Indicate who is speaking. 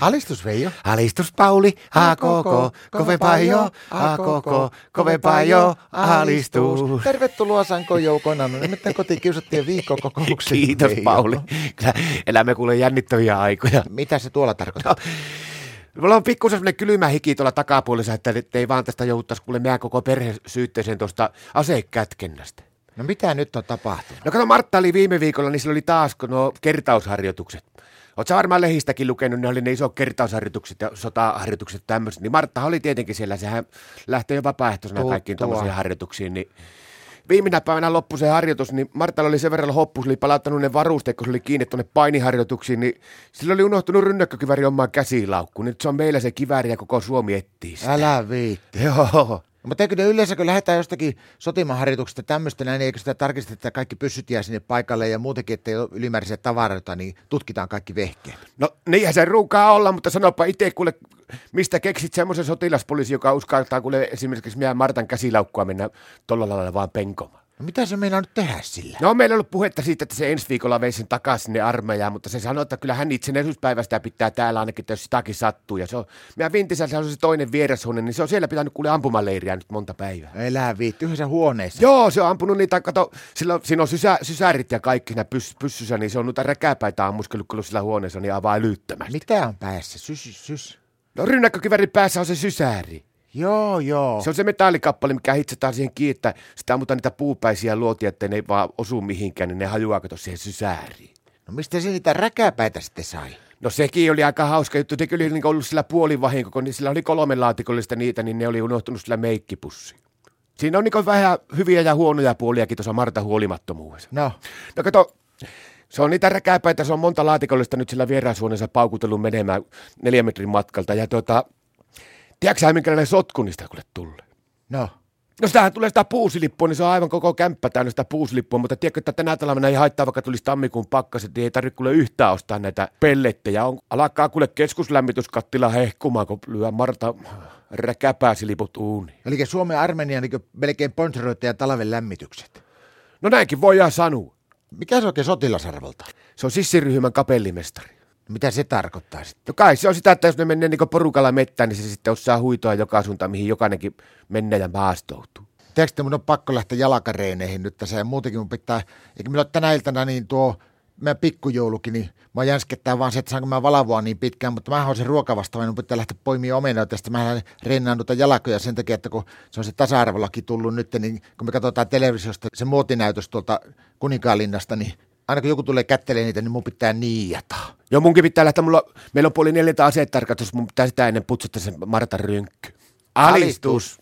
Speaker 1: Alistus Veijo.
Speaker 2: Alistus Pauli, a koko, kovempaa jo, a koko, kovempaa jo, alistus.
Speaker 1: Tervetuloa Sanko Joukona. No nyt kotiin kiusattiin viikkokokouksiin.
Speaker 2: Kiitos Pauli. Kyllä elämme kuule jännittäviä aikoja.
Speaker 1: Mitä se tuolla tarkoittaa?
Speaker 2: Mulla on pikkusen semmoinen kylmä hiki tuolla takapuolessa, että nyt ei vaan tästä jouduttaisi kuule meidän koko perhe syytteeseen tuosta asekätkennästä.
Speaker 1: No mitä nyt on tapahtunut?
Speaker 2: No kato, Martta oli viime viikolla, niin sillä oli taas kun nuo kertausharjoitukset. Oot sä varmaan lehistäkin lukenut, ne oli ne isot kertausharjoitukset ja sotaharjoitukset tämmöiset. Niin Martta oli tietenkin siellä, sehän lähtee jo vapaaehtoisena
Speaker 1: Tuttua.
Speaker 2: kaikkiin tuommoisiin harjoituksiin. Niin viimeinä päivänä loppui se harjoitus, niin Martta oli sen verran hoppu, se oli palauttanut ne varusteet, kun se oli kiinni tuonne painiharjoituksiin, niin sillä oli unohtunut rynnäkkökiväri omaan käsilaukkuun. Nyt se on meillä se kiväri ja koko Suomi etsii sitä.
Speaker 1: Älä viitti.
Speaker 2: Joo.
Speaker 1: No, Mutta eikö ne yleensä, kun lähdetään jostakin sotimaharjoituksesta tämmöistä näin, niin eikö sitä tarkisteta, että kaikki pyssyt jää sinne paikalle ja muutenkin, ettei ole ylimääräisiä tavaroita, niin tutkitaan kaikki vehkeet.
Speaker 2: No niinhän se ruukaa olla, mutta sanopa itse kuule, mistä keksit semmoisen sotilaspoliisi, joka uskaltaa kuule esimerkiksi meidän Martan käsilaukkua mennä tuolla lailla vaan penkomaan.
Speaker 1: No mitä se meinaa nyt tehdä sillä?
Speaker 2: No meillä on ollut puhetta siitä, että se ensi viikolla vei sen takaisin sinne armeijaan, mutta se sanoi, että kyllä hän itsenäisyyspäivästä pitää täällä ainakin, että jos sitäkin sattuu. Ja se on, meidän Vintisällä se on se toinen vierashuone, niin se on siellä pitänyt kuule ampumaleiriä nyt monta päivää.
Speaker 1: Elää viitti yhdessä huoneessa.
Speaker 2: Joo, se on ampunut niitä, kato, sillä, on- siinä on sysä, sysärit ja kaikki siinä pyss, pyssyssä, niin se on noita räkäpäitä ammuskellut kyllä sillä huoneessa, niin aivan älyttömästi.
Speaker 1: Mitä on päässä? Sys, sys, sys.
Speaker 2: No rynnäkkökivärin päässä on se sysäri.
Speaker 1: Joo, joo.
Speaker 2: Se on se metallikappale, mikä hitsataan siihen kiinni, että sitä ammutaan niitä puupäisiä luotia, ettei ne vaan osu mihinkään, niin ne hajuaa kato siihen sysääriin.
Speaker 1: No mistä se niitä räkäpäitä sitten sai?
Speaker 2: No sekin oli aika hauska juttu. Se kyllä niinku ollut sillä puolivahinko, kun ni- sillä oli kolme laatikollista niitä, niin ne oli unohtunut sillä meikkipussi. Siinä on niinku vähän hyviä ja huonoja puoliakin tuossa Marta huolimattomuudessa.
Speaker 1: No,
Speaker 2: No kato, se on niitä räkäpäitä, se on monta laatikollista nyt sillä vierashuoneessa paukutellut menemään neljän metrin matkalta. Ja tota, tiedätkö sä, minkälainen sotku niistä kuule tulee?
Speaker 1: no.
Speaker 2: No sitähän tulee sitä puusilippua, niin se on aivan koko kämppä täynnä sitä puusilippua, mutta tiedätkö, että tänä talvena ei haittaa, vaikka tulisi tammikuun pakkaset, niin ei tarvitse kuule yhtään ostaa näitä pellettejä. On, alkaa kuule keskuslämmityskattila hehkumaan, kun lyö Marta räkäpääsiliput uuniin.
Speaker 1: Eli Suomen armenia niin melkein ponseroitte ja talven lämmitykset.
Speaker 2: No näinkin voidaan sanoa.
Speaker 1: Mikä se oikein sotilasarvolta?
Speaker 2: Se on sissiryhmän kapellimestari.
Speaker 1: Mitä se tarkoittaa sitten?
Speaker 2: No kai se on sitä, että jos ne menee niin porukalla mettään, niin se sitten osaa huitoa joka suuntaan, mihin jokainenkin menee ja maastoutuu.
Speaker 1: Tiedätkö, että mun on pakko lähteä jalkareeneihin nyt tässä ja muutenkin mun pitää, eikä minulla ole tänä iltana niin tuo meidän pikkujoulukin, niin mä jänskettää vaan se, että saanko mä valavoa niin pitkään, mutta mä oon se ruokavastaava, niin mun pitää lähteä poimia omenoita, ja sitten mä rennaan noita jalakoja sen takia, että kun se on se tasa-arvolaki tullut nyt, niin kun me katsotaan televisiosta se muotinäytös tuolta kuninkaanlinnasta, niin aina kun joku tulee kättelee niitä, niin mun pitää niijata.
Speaker 2: Joo, munkin pitää lähteä, mulla, meillä on puoli neljätä aseet tarkastus, mun pitää sitä ennen putsuttaa sen Martan rynkky. Alistus!